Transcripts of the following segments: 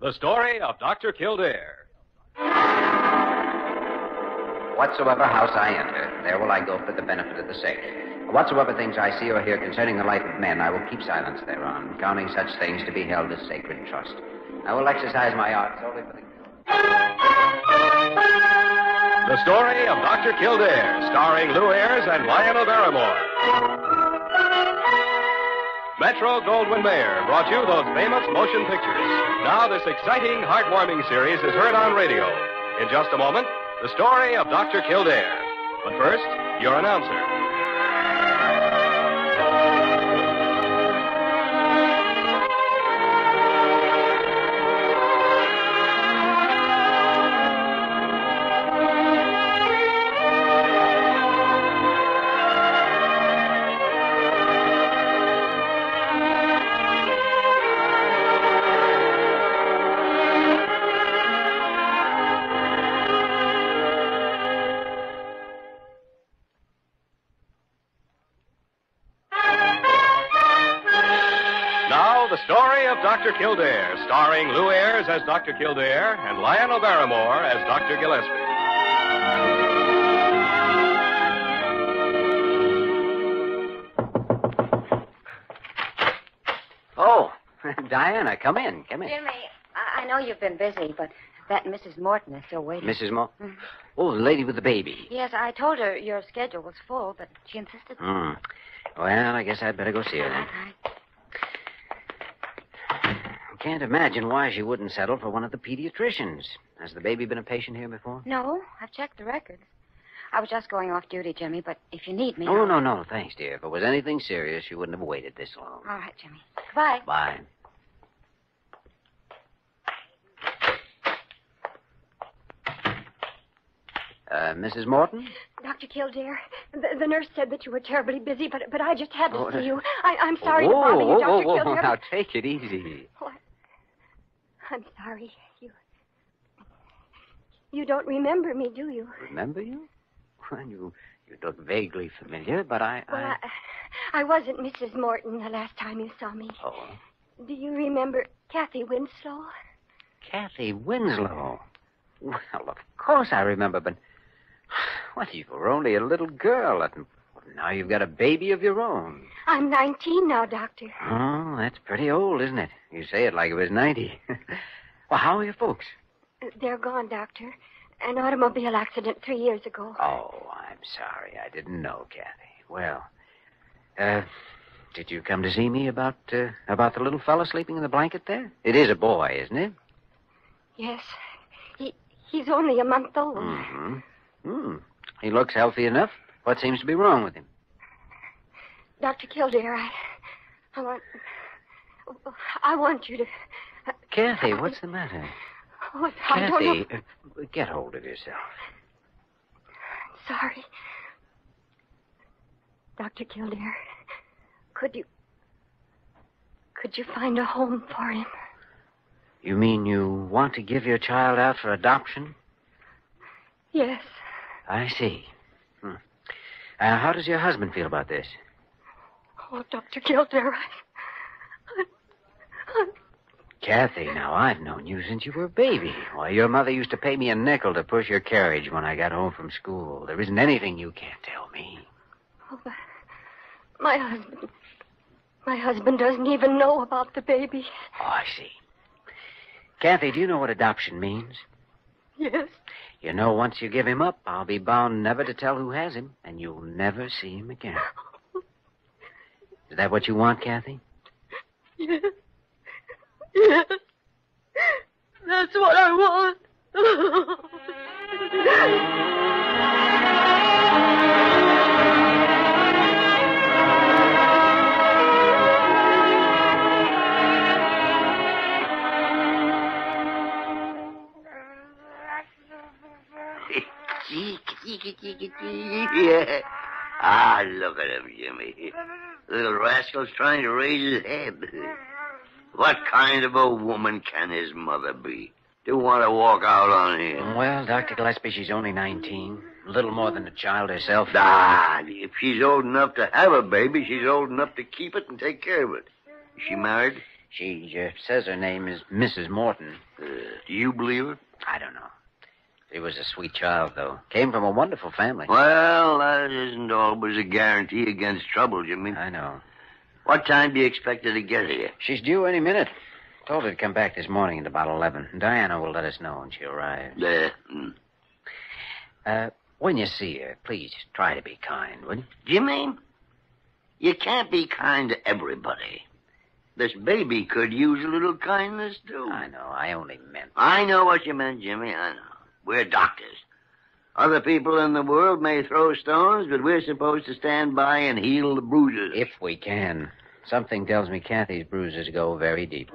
The story of Dr. Kildare. Whatsoever house I enter, there will I go for the benefit of the sake. Whatsoever things I see or hear concerning the life of men, I will keep silence thereon, counting such things to be held as sacred trust. I will exercise my art solely for the The story of Dr. Kildare, starring Lou Ayres and Lionel Barrymore. Metro Goldwyn Mayer brought you those famous motion pictures. Now, this exciting, heartwarming series is heard on radio. In just a moment, the story of Dr. Kildare. But first, your announcer. Now, the story of Dr. Kildare, starring Lou Ayres as Dr. Kildare and Lionel Barrymore as Dr. Gillespie. Oh, Diana, come in, come in. Jimmy, I, I know you've been busy, but that Mrs. Morton is still waiting. Mrs. Mo. Oh, the lady with the baby. Yes, I told her your schedule was full, but she insisted. Hmm. Well, I guess I'd better go see her then. Can't imagine why she wouldn't settle for one of the pediatricians. Has the baby been a patient here before? No, I've checked the records. I was just going off duty, Jimmy, but if you need me. Oh, No, I'll- no, no. Thanks, dear. If it was anything serious, you wouldn't have waited this long. All right, Jimmy. Goodbye. Bye. Uh, Mrs. Morton? Dr. Kildare, the, the nurse said that you were terribly busy, but but I just had to Oh, see uh, you. I, I'm sorry to whoa, bother whoa, you, Dr. whoa, whoa, Kildare. oh, Now, take it easy. I'm sorry. You you don't remember me, do you? Remember you? Well, you, you look vaguely familiar, but I... Well, I, I wasn't Mrs. Morton the last time you saw me. I... Oh, Do you remember Kathy Winslow? Kathy Winslow. Well, of course I remember, but well, you were only a little girl, and now you've got a baby of your own. I'm 19 now, Doctor. Oh, that's pretty old, isn't it? You say it like it was ninety. well, how are your folks? They're gone, Doctor. An automobile accident three years ago. Oh, I'm sorry, I didn't know, Kathy. Well, uh, did you come to see me about uh, about the little fellow sleeping in the blanket there? It is a boy, isn't it? Yes. He he's only a month old. Mm-hmm. Hmm. He looks healthy enough. What seems to be wrong with him? Dr. Kildare, I, I want, I want you to. Kathy, what's the matter? Oh, I don't know. Kathy, uh, get hold of yourself. Sorry, Dr. Kildare. Could you, could you find a home for him? You mean you want to give your child out for adoption? Yes, I see. Hmm. Uh, how does your husband feel about this? oh, Dr. Kildare. I, Kathy, now I've known you since you were a baby. Why, your mother used to pay me a nickel to push your carriage when I got home from school. There isn't anything you can't tell me. oh, my, my husband, my husband doesn't even know about the baby. Oh, I see. Kathy, do you know what adoption means? Yes, You know, once you give him up, I'll be bound never to tell who has him, and you'll never see him again. Is that what you want, Kathy? yes, yes. That's what I want. yeah. Ah, look at him, Jimmy. Little rascal's trying to raise his head. What kind of a woman can his mother be? To want to walk out on him. Well, Dr. Gillespie, she's only 19. A little more than a child herself. Ah, if she's old enough to have a baby, she's old enough to keep it and take care of it. Is she married? She uh, says her name is Mrs. Morton. Uh, do you believe it? I don't know. She was a sweet child, though. Came from a wonderful family. Well, that isn't always a guarantee against trouble, Jimmy. I know. What time do you expect her to get here? She's due any minute. Told her to come back this morning at about 11. Diana will let us know when she arrives. Uh, mm. Uh, when you see her, please try to be kind, will you? Jimmy, you can't be kind to everybody. This baby could use a little kindness, too. I know. I only meant. I know what you meant, Jimmy. I know. We're doctors. Other people in the world may throw stones, but we're supposed to stand by and heal the bruises. If we can. Something tells me Kathy's bruises go very deep.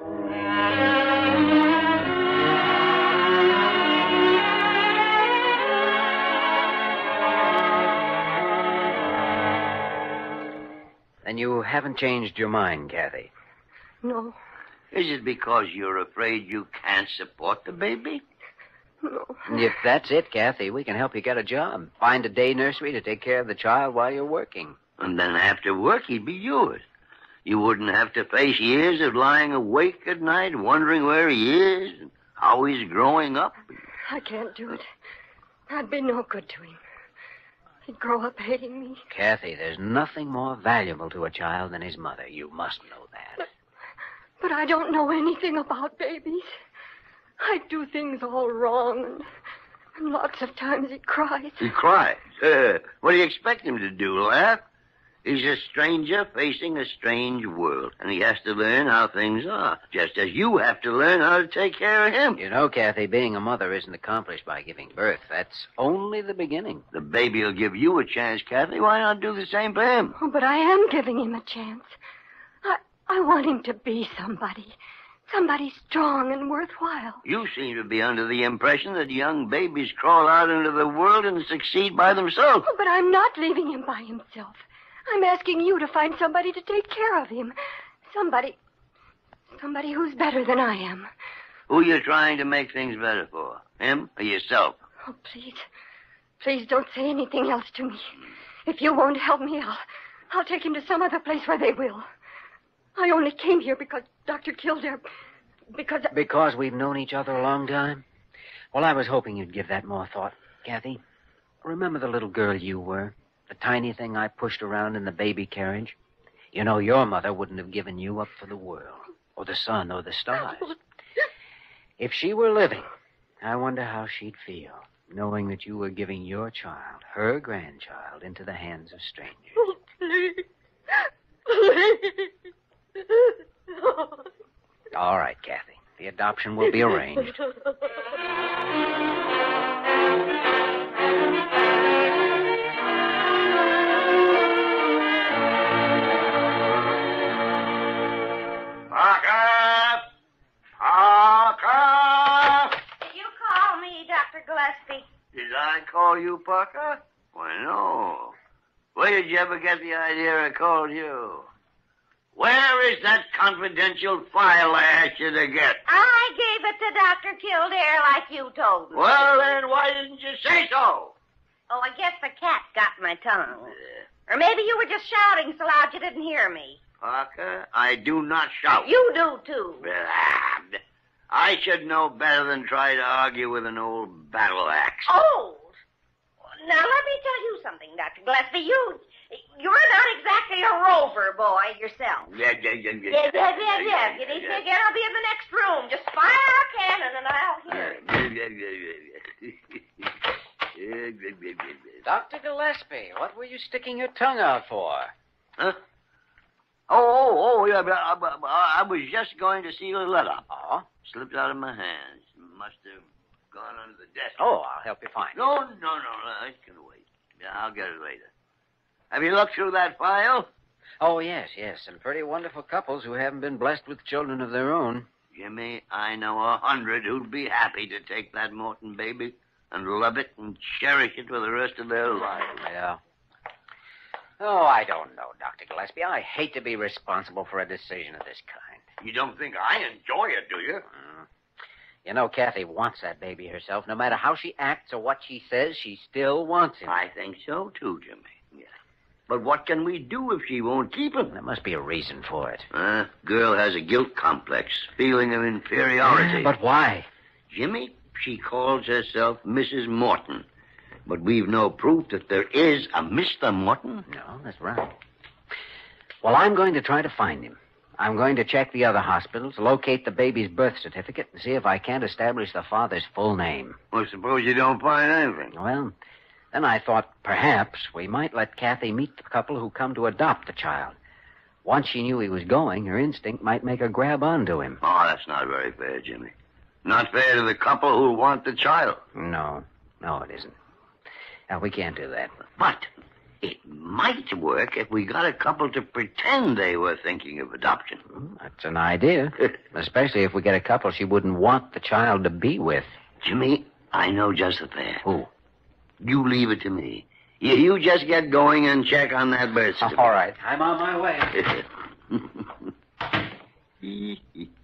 Then you haven't changed your mind, Kathy. No, Is it because you're afraid you can't support the baby? no. And if that's it, Kathy, we can help you get a job. Find a day nursery to take care of the child while you're working. And then after work, he'd be yours. You wouldn't have to face years of lying awake at night, wondering where he is, and how he's growing up. I can't do it. I'd be no good to him. He'd grow up hating me. Kathy, there's nothing more valuable to a child than his mother. You must know that. But I don't know anything about babies. I do things all wrong, and, and lots of times he cries. He cries. Uh, what do you expect him to do, laugh? He's a stranger facing a strange world, and he has to learn how things are, just as you have to learn how to take care of him. You know, Kathy, being a mother isn't accomplished by giving birth. That's only the beginning. The baby will give you a chance, Kathy. Why not do the same for him? Oh, but I am giving him a chance. I, I want him to be somebody. Somebody strong and worthwhile. You seem to be under the impression that young babies crawl out into the world and succeed by themselves. Oh, but I'm not leaving him by himself. I'm asking you to find somebody to take care of him. Somebody. Somebody who's better than I am. Who are you trying to make things better for? Him or yourself? Oh, please. Please don't say anything else to me. If you won't help me, I'll, I'll take him to some other place where they will. I only came here because Dr. Kildare. Because. Because we've known each other a long time? Well, I was hoping you'd give that more thought, Kathy. Remember the little girl you were? The tiny thing I pushed around in the baby carriage? You know, your mother wouldn't have given you up for the world, or the sun, or the stars. If she were living, I wonder how she'd feel, knowing that you were giving your child, her grandchild, into the hands of strangers. Oh, please. Please. All right, Kathy. The adoption will be arranged. Park up! Park up! Did you call me, Dr. Gillespie? Did I call you Parker? Why, no. Where did you ever get the idea I called you? Where is that confidential file I asked you to get? I gave it to Dr. Kildare like you told me. Well, then, why didn't you say so? Oh, I guess the cat got my tongue. Or maybe you were just shouting so loud you didn't hear me. Parker, I do not shout. You do, too. Blab. I should know better than try to argue with an old battle axe. Old. Now, let me tell you something, Dr. Gillespie. You, you're not exactly a rover boy yourself. Yeah, yeah, yeah, yeah. Yes, yes, yes, yes. You need to get I'll be in the next room. Just fire a cannon and I'll hear it. Dr. Gillespie, what were you sticking your tongue out for? Huh? Oh, oh, oh, yeah, but I, but I was just going to see the letter. Oh? Slipped out of my hands. Must have gone under the desk. Oh, I'll help you find it. No, no, no, no. It can wait. Yeah, I'll get it later. Have you looked through that file? Oh, yes, yes. Some pretty wonderful couples who haven't been blessed with children of their own. Jimmy, I know a hundred who'd be happy to take that Morton baby and love it and cherish it for the rest of their lives. Yeah. Oh, I don't know, Dr. Gillespie. I hate to be responsible for a decision of this kind. You don't think I enjoy it, do you? Mm. You know, Kathy wants that baby herself. No matter how she acts or what she says, she still wants him. I think so, too, Jimmy. But what can we do if she won't keep him? There must be a reason for it. Huh? Girl has a guilt complex, feeling of inferiority. But why? Jimmy, she calls herself Mrs. Morton. But we've no proof that there is a Mr. Morton. No, that's right. Well, I'm going to try to find him. I'm going to check the other hospitals, locate the baby's birth certificate, and see if I can't establish the father's full name. Well, suppose you don't find anything. Well, then I thought perhaps we might let Kathy meet the couple who come to adopt the child. Once she knew he was going, her instinct might make her grab onto him. Oh, that's not very fair, Jimmy. Not fair to the couple who want the child. No, no, it isn't. Now, we can't do that. But it might work if we got a couple to pretend they were thinking of adoption. Hmm, That's an idea. Especially if we get a couple she wouldn't want the child to be with. Jimmy, I know just the thing. Who? You leave it to me. You, you just get going and check on that birth certificate. All right, I'm on my way.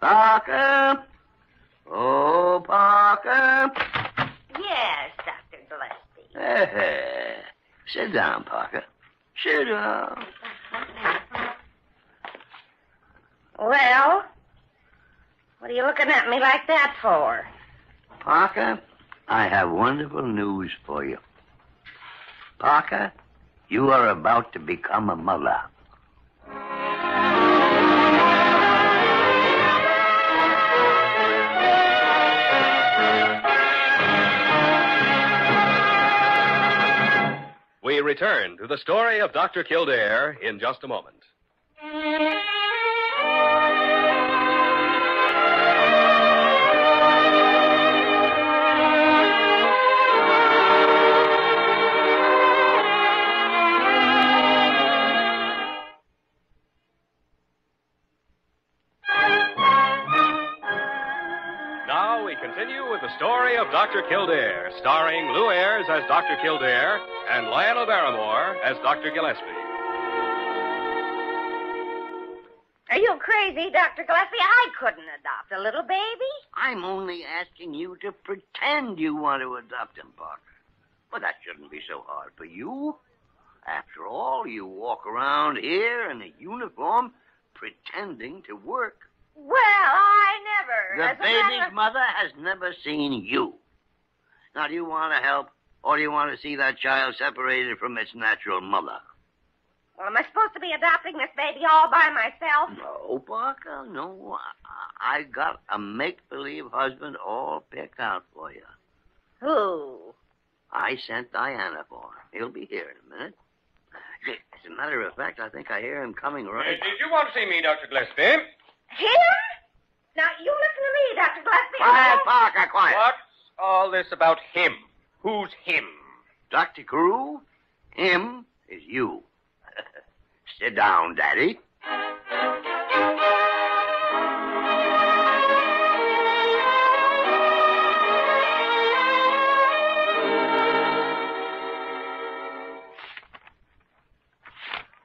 Parker! Oh, Parker! Yes, Dr. Gillespie. Eh, Sit down, Parker. Sit down. Well, what are you looking at me like that for? Parker, I have wonderful news for you. Parker, you are about to become a mother. We return to the story of Dr. Kildare in just a moment. Now we continue with the story of Dr. Kildare, starring Lou Ayres as Dr. Kildare and Lionel Barrymore as Dr. Gillespie. Are you crazy, Dr. Gillespie? I couldn't adopt a little baby. I'm only asking you to pretend you want to adopt him, Parker. But that shouldn't be so hard for you. After all, you walk around here in a uniform pretending to work. Well, I never. The As a matter baby's of- mother has never seen you. Now, do you want to help, or do you want to see that child separated from its natural mother? Well, am I supposed to be adopting this baby all by myself? No, Parker, no. I, I got a make believe husband all picked out for you. Who? I sent Diana for him. He'll be here in a minute. As a matter of fact, I think I hear him coming right. you want to see me, Dr. Gillespie? Him? Now, you listen to me, Dr. Gillespie. Quiet, Parker, quiet. What's all this about him? Who's him? Dr. Carew, him is you. Sit down, Daddy.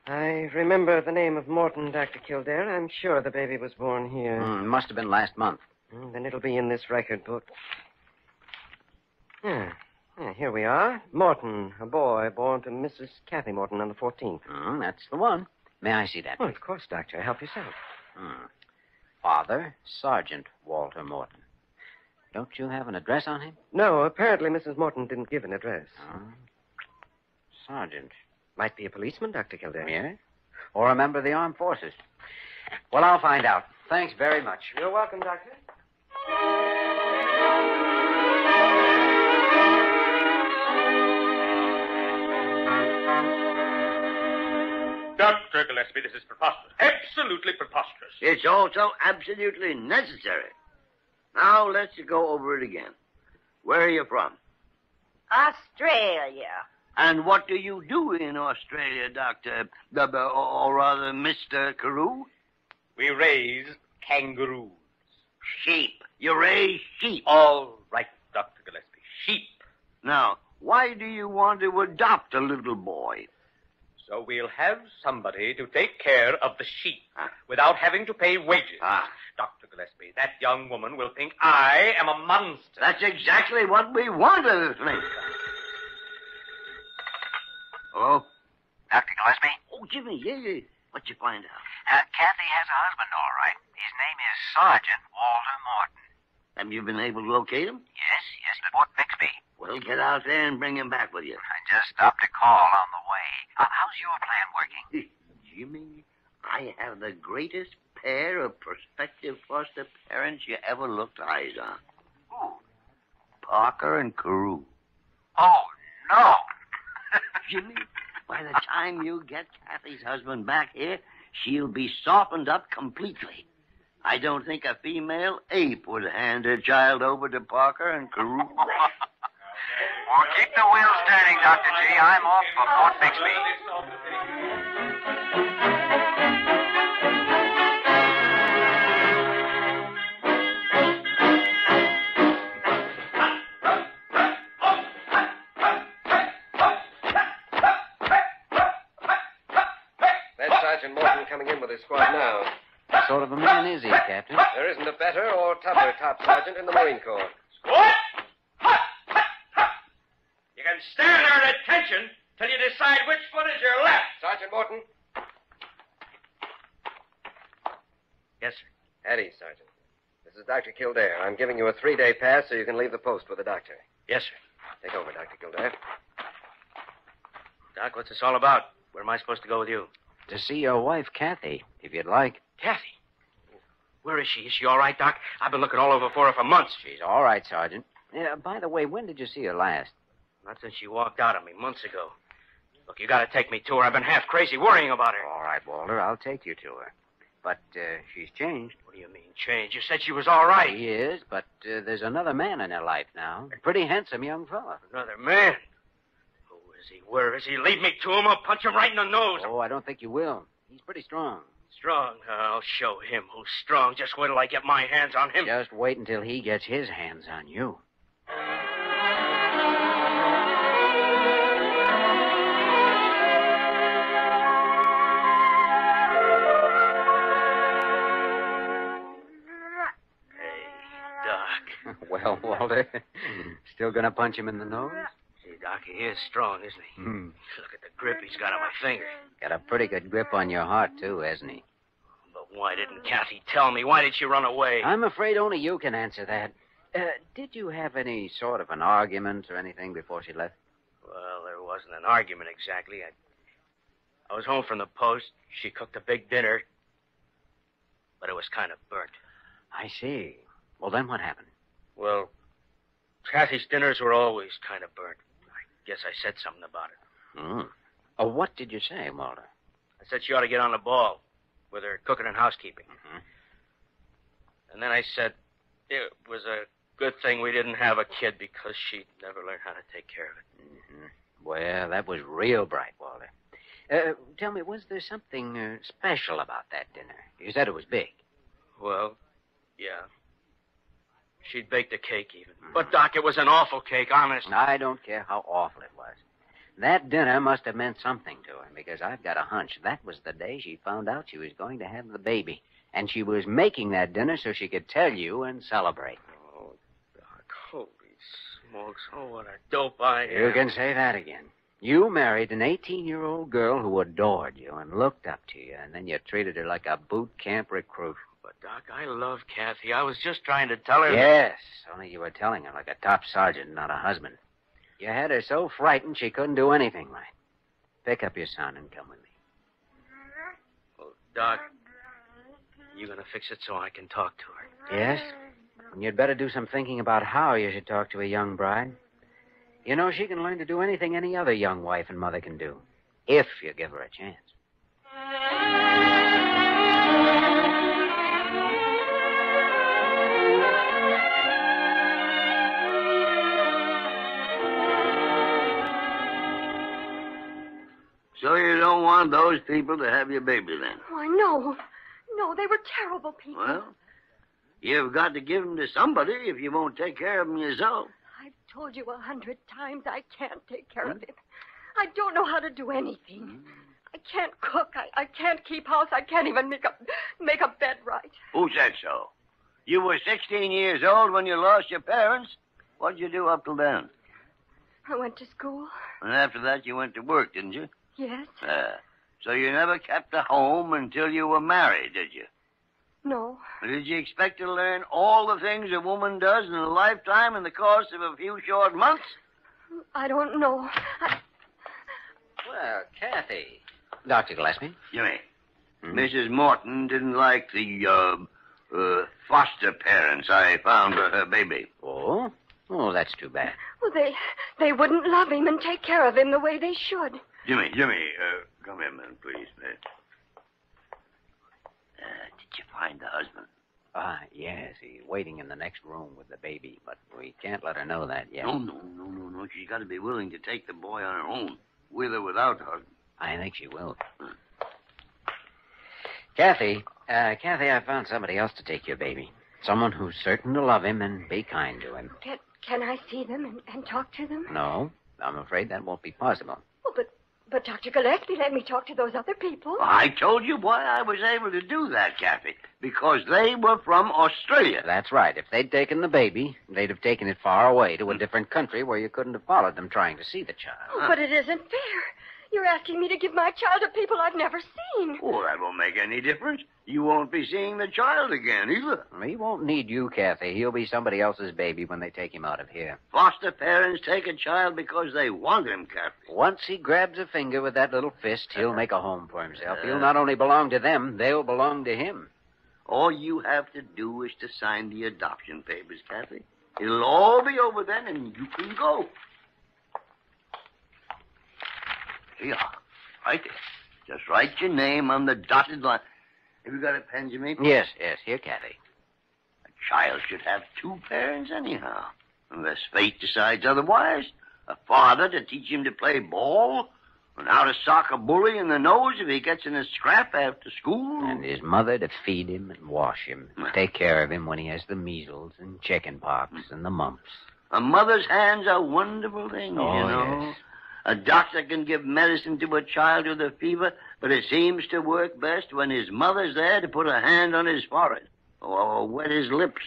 I remember the name of Morton, Dr. Kildare. I'm sure the baby was born here. Hmm, must have been last month. Mm, Then it'll be in this record book. Yeah. Yeah, here we are. Morton, a boy born to Mrs. Kathy Morton on the 14th. Hmm, that's the one. May I see that? Well, of course, Doctor. Help yourself. Hmm. Father, Sergeant Walter Morton. Don't you have an address on him? No, apparently Mrs. Morton didn't give an address. Hmm. Sergeant. Might be a policeman, Dr. Kildare. Yeah? Or a member of the armed forces. Well, I'll find out. Thanks very much. You're welcome, Doctor. Dr. Gillespie, this is preposterous. Absolutely preposterous. It's also absolutely necessary. Now let's go over it again. Where are you from? Australia. And what do you do in Australia, Doctor, Dub- or rather, Mr. Carew? We raise kangaroos. Sheep. You raise sheep. All right, Dr. Gillespie. Sheep. Now, why do you want to adopt a little boy? So we'll have somebody to take care of the sheep Ah. without having to pay wages. Ah. Dr. Gillespie, that young woman will think I am a monster. That's exactly what we want to think. Hello? Dr. Gillespie? Oh, Jimmy, yeah, yeah. What you find out? Uh, Kathy has a husband, all right. His name is Sergeant Walter Morton. Have you been able to locate him? Yes, yes, at Fort Bixby. Well, get out there and bring him back with you. I just stopped a call on the way. Uh, how's your plan working? Jimmy, I have the greatest pair of prospective foster parents you ever looked eyes on. Parker and Carew. Oh, no. Jimmy, by the time you get Kathy's husband back here, she'll be softened up completely. I don't think a female ape would hand her child over to Parker and Carew. Well, keep the wheels turning, Dr. G. I'm off for Fort Bixby. That's Sergeant Morton coming in with his squad now. What sort of a man is he, Captain? There isn't a better or tougher top sergeant in the Marine Corps. Squat! You can stand there at attention till you decide which foot is your left. Sergeant Morton. Yes, sir. Eddie, Sergeant. This is Dr. Kildare. I'm giving you a three day pass so you can leave the post with the doctor. Yes, sir. Take over, Dr. Kildare. Doc, what's this all about? Where am I supposed to go with you? To see your wife, Kathy, if you'd like. Kathy. Where is she? Is she all right, Doc? I've been looking all over for her for months. She's all right, Sergeant. Yeah, by the way, when did you see her last? Not since she walked out on me months ago. Look, you gotta take me to her. I've been half crazy worrying about her. All right, Walter, I'll take you to her. But uh, she's changed. What do you mean, change? You said she was all right. She is, but uh, there's another man in her life now. A pretty handsome young fella. Another man. Who is he? Where is he? Lead me to him. I'll punch him right in the nose. Oh, I don't think you will. He's pretty strong. Strong. I'll show him who's strong. Just wait till I get my hands on him. Just wait until he gets his hands on you. Hey, Doc. Well, Walter, still gonna punch him in the nose? See, Doc, he is strong, isn't he? Hmm. Look at the grip he's got on my finger. Got a pretty good grip on your heart, too, hasn't he? But why didn't Kathy tell me? Why did she run away? I'm afraid only you can answer that. Uh, did you have any sort of an argument or anything before she left? Well, there wasn't an argument exactly. I, I was home from the post. She cooked a big dinner, but it was kind of burnt. I see. Well, then what happened? Well, Kathy's dinners were always kind of burnt. I guess I said something about it. Hmm. Uh, what did you say, Walter? I said she ought to get on the ball with her cooking and housekeeping. Mm-hmm. Mhm. And then I said it was a good thing we didn't have a kid because she'd never learn how to take care of it. hmm Well, that was real bright, Walter. Uh, tell me, was there something uh, special about that dinner? You said it was big. Well, yeah. She'd baked a cake even. But, Doc, it was an awful cake, honest. I don't care how awful it was. That dinner must have meant something to her because I've got a hunch that was the day she found out she was going to have the baby. And she was making that dinner so she could tell you and celebrate. Oh, Doc, holy smokes. Oh, what a dope I am. You can say that again. You married an 18 year old girl who adored you and looked up to you, and then you treated her like a boot camp recruit. But, Doc, I love Kathy. I was just trying to tell her. Yes, only you were telling her like a top sergeant, not a husband. You had her so frightened she couldn't do anything right. Pick up your son and come with me. Oh, Doc, you gonna fix it so I can talk to her? Yes? And you'd better do some thinking about how you should talk to a young bride. You know, she can learn to do anything any other young wife and mother can do, if you give her a chance. So you don't want those people to have your baby then? Why, no. Oh, No, they were terrible people. Well, you've got to give them to somebody if you won't take care of them yourself. I've told you a hundred times I can't take care Hmm? of him. I don't know how to do Mm-hmm. anything. I can't cook. I, I can't keep house. I can't even make a make a bed right. Who said so? You were 16 years old when you lost your parents. What'd you do up till then? I went to school. And after that, you went to work, didn't you? Yes. Ah. So you never kept a home until you were married, did you? No. Did you expect to learn all the things a woman does in a lifetime in the course of a few short months? I don't know. I... Well, Kathy. Dr. Gillespie? Jimmy, Hmm? Mrs. Morton didn't like the uh, uh, foster parents I found for her baby. Oh? Oh, that's too bad. Well, they they wouldn't love him and take care of him the way they should. Jimmy, Jimmy, uh, come here, man, please, man. Uh, did you find the husband? Ah, yes, he's waiting in the next room with the baby, but we can't let her know that yet. No, no, no, no, no. She's got to be willing to take the boy on her own, with or without the husband. I think she will. Kathy, uh, Kathy, I found somebody else to take your baby. Someone who's certain to love him and be kind to him. Can, can I see them and, and talk to them? No, I'm afraid that won't be possible. Oh, but but Dr. Gillespie let me talk to those other people. I told you why I was able to do that, Kathy, because they were from Australia. That's right. If they'd taken the baby, they'd have taken it far away to a different country where you couldn't have followed them trying to see the child. Oh, but it isn't fair. You're asking me to give my child to people I've never seen. Oh, that won't make any difference. You won't be seeing the child again either. He won't need you, Kathy. He'll be somebody else's baby when they take him out of here. Foster parents take a child because they want him, Captain. Once he grabs a finger with that little fist, Uh-huh. he'll make a home for himself. He'll not only belong to them, they'll belong to him. All you have to do is to sign the adoption papers, Kathy. It'll all be over then, and you can go. Here, right there. Just write your name on the dotted line. Have you got a pen, Jimmy? Yes, yes, here, Kathy. A child should have two parents anyhow. Unless fate decides otherwise. A father to teach him to play ball, and how to sock a bully in the nose if he gets in a scrap after school. And his mother to feed him and wash him, and take care of him when he has the measles and chicken pox Mm. and the mumps. A mother's hands are wonderful things, you Oh, know. yes. A doctor can give medicine to a child with a fever, but it seems to work best when his mother's there to put a hand on his forehead or wet his lips.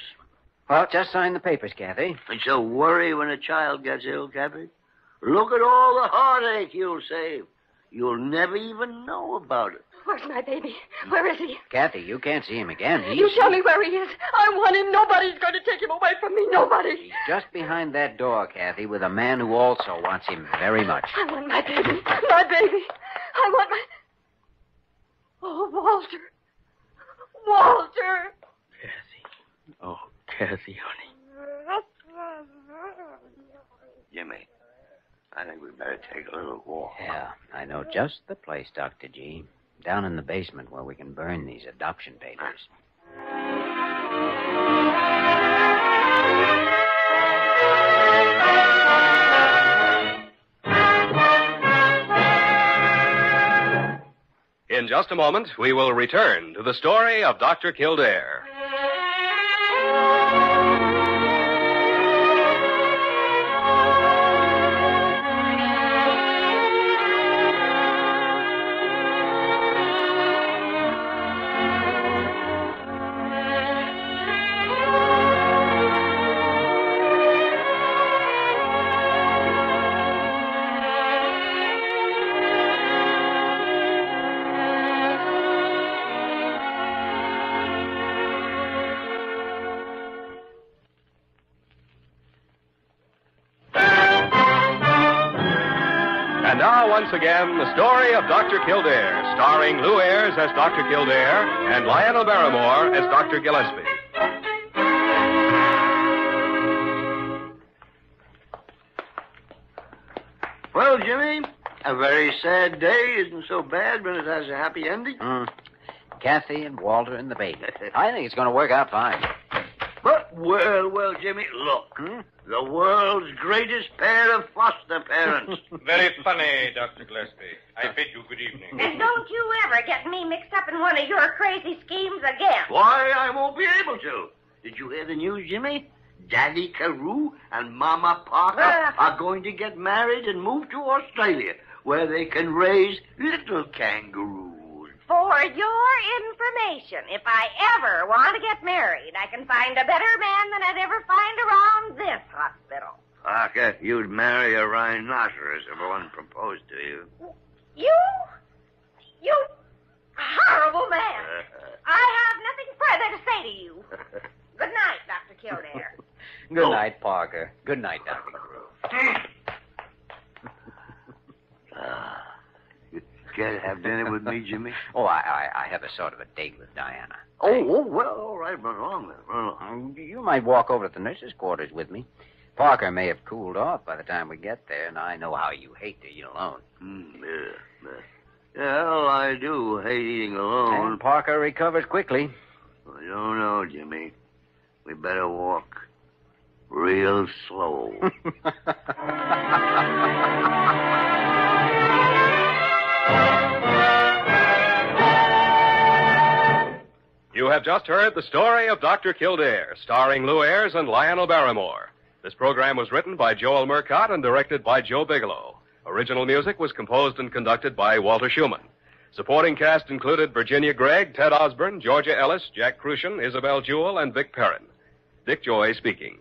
Well, just sign the papers, Kathy. And so worry when a child gets ill, Captain. Look at all the heartache you'll save. You'll never even know about it. Where's my baby? Where is he? Kathy, you can't see him again. He's, You tell me where he is. I want him. Nobody's going to take him away from me. Nobody. he's just behind that door, Kathy, with a man who also wants him very much. I want my baby. My baby. I want my. Oh, Walter. Walter. Kathy. Oh, Kathy, honey. Jimmy, I think we better take a little walk. Yeah, I know just the place, Dr. G. Down in the basement where we can burn these adoption papers. In just a moment, we will return to the story of Dr. Kildare. And now, once again, the story of Dr. Kildare, starring Lou Ayres as Dr. Kildare and Lionel Barrymore as Dr. Gillespie. Well, Jimmy, a very sad day isn't so bad when it has a happy ending. Mm. Kathy and Walter and the baby. I think it's going to work out fine. But, well, well, Jimmy, look. Hmm? The world's greatest pair of foster parents. Very funny, Dr. Gillespie. I bid you good evening. And don't you ever get me mixed up in one of your crazy schemes again. Why, I won't be able to. Did you hear the news, Jimmy? Daddy Carew and Mama Parker Ah. are going to get married and move to Australia, where they can raise little kangaroos. For your information, if I ever want to get married, I can find a better man than I'd ever find around this hospital. Parker, you'd marry a rhinoceros if one proposed to you. You? You horrible man. I have nothing further to say to you. Good night, Dr. Kildare. Good night, Parker. Good night, Dr. Crew. Ah. You care to have dinner with me, Jimmy? Oh, I, I, I have a sort of a date with Diana. Oh, oh, well, all right, run along then. Run along. Um, You might walk over to the nurse's quarters with me. Parker may have cooled off by the time we get there, and I know how you hate to eat alone. Mm, yeah, yeah. Yeah, well, I do hate eating alone. And Parker recovers quickly. I don't know, Jimmy. We better walk real slow. You have just heard the story of Dr. Kildare, starring Lou Ayres and Lionel Barrymore. This program was written by Joel Murcott and directed by Joe Bigelow. Original music was composed and conducted by Walter Schumann. Supporting cast included Virginia Gregg, Ted Osborne, Georgia Ellis, Jack Crucian, Isabel Jewell, and Vic Perrin. Dick Joy speaking.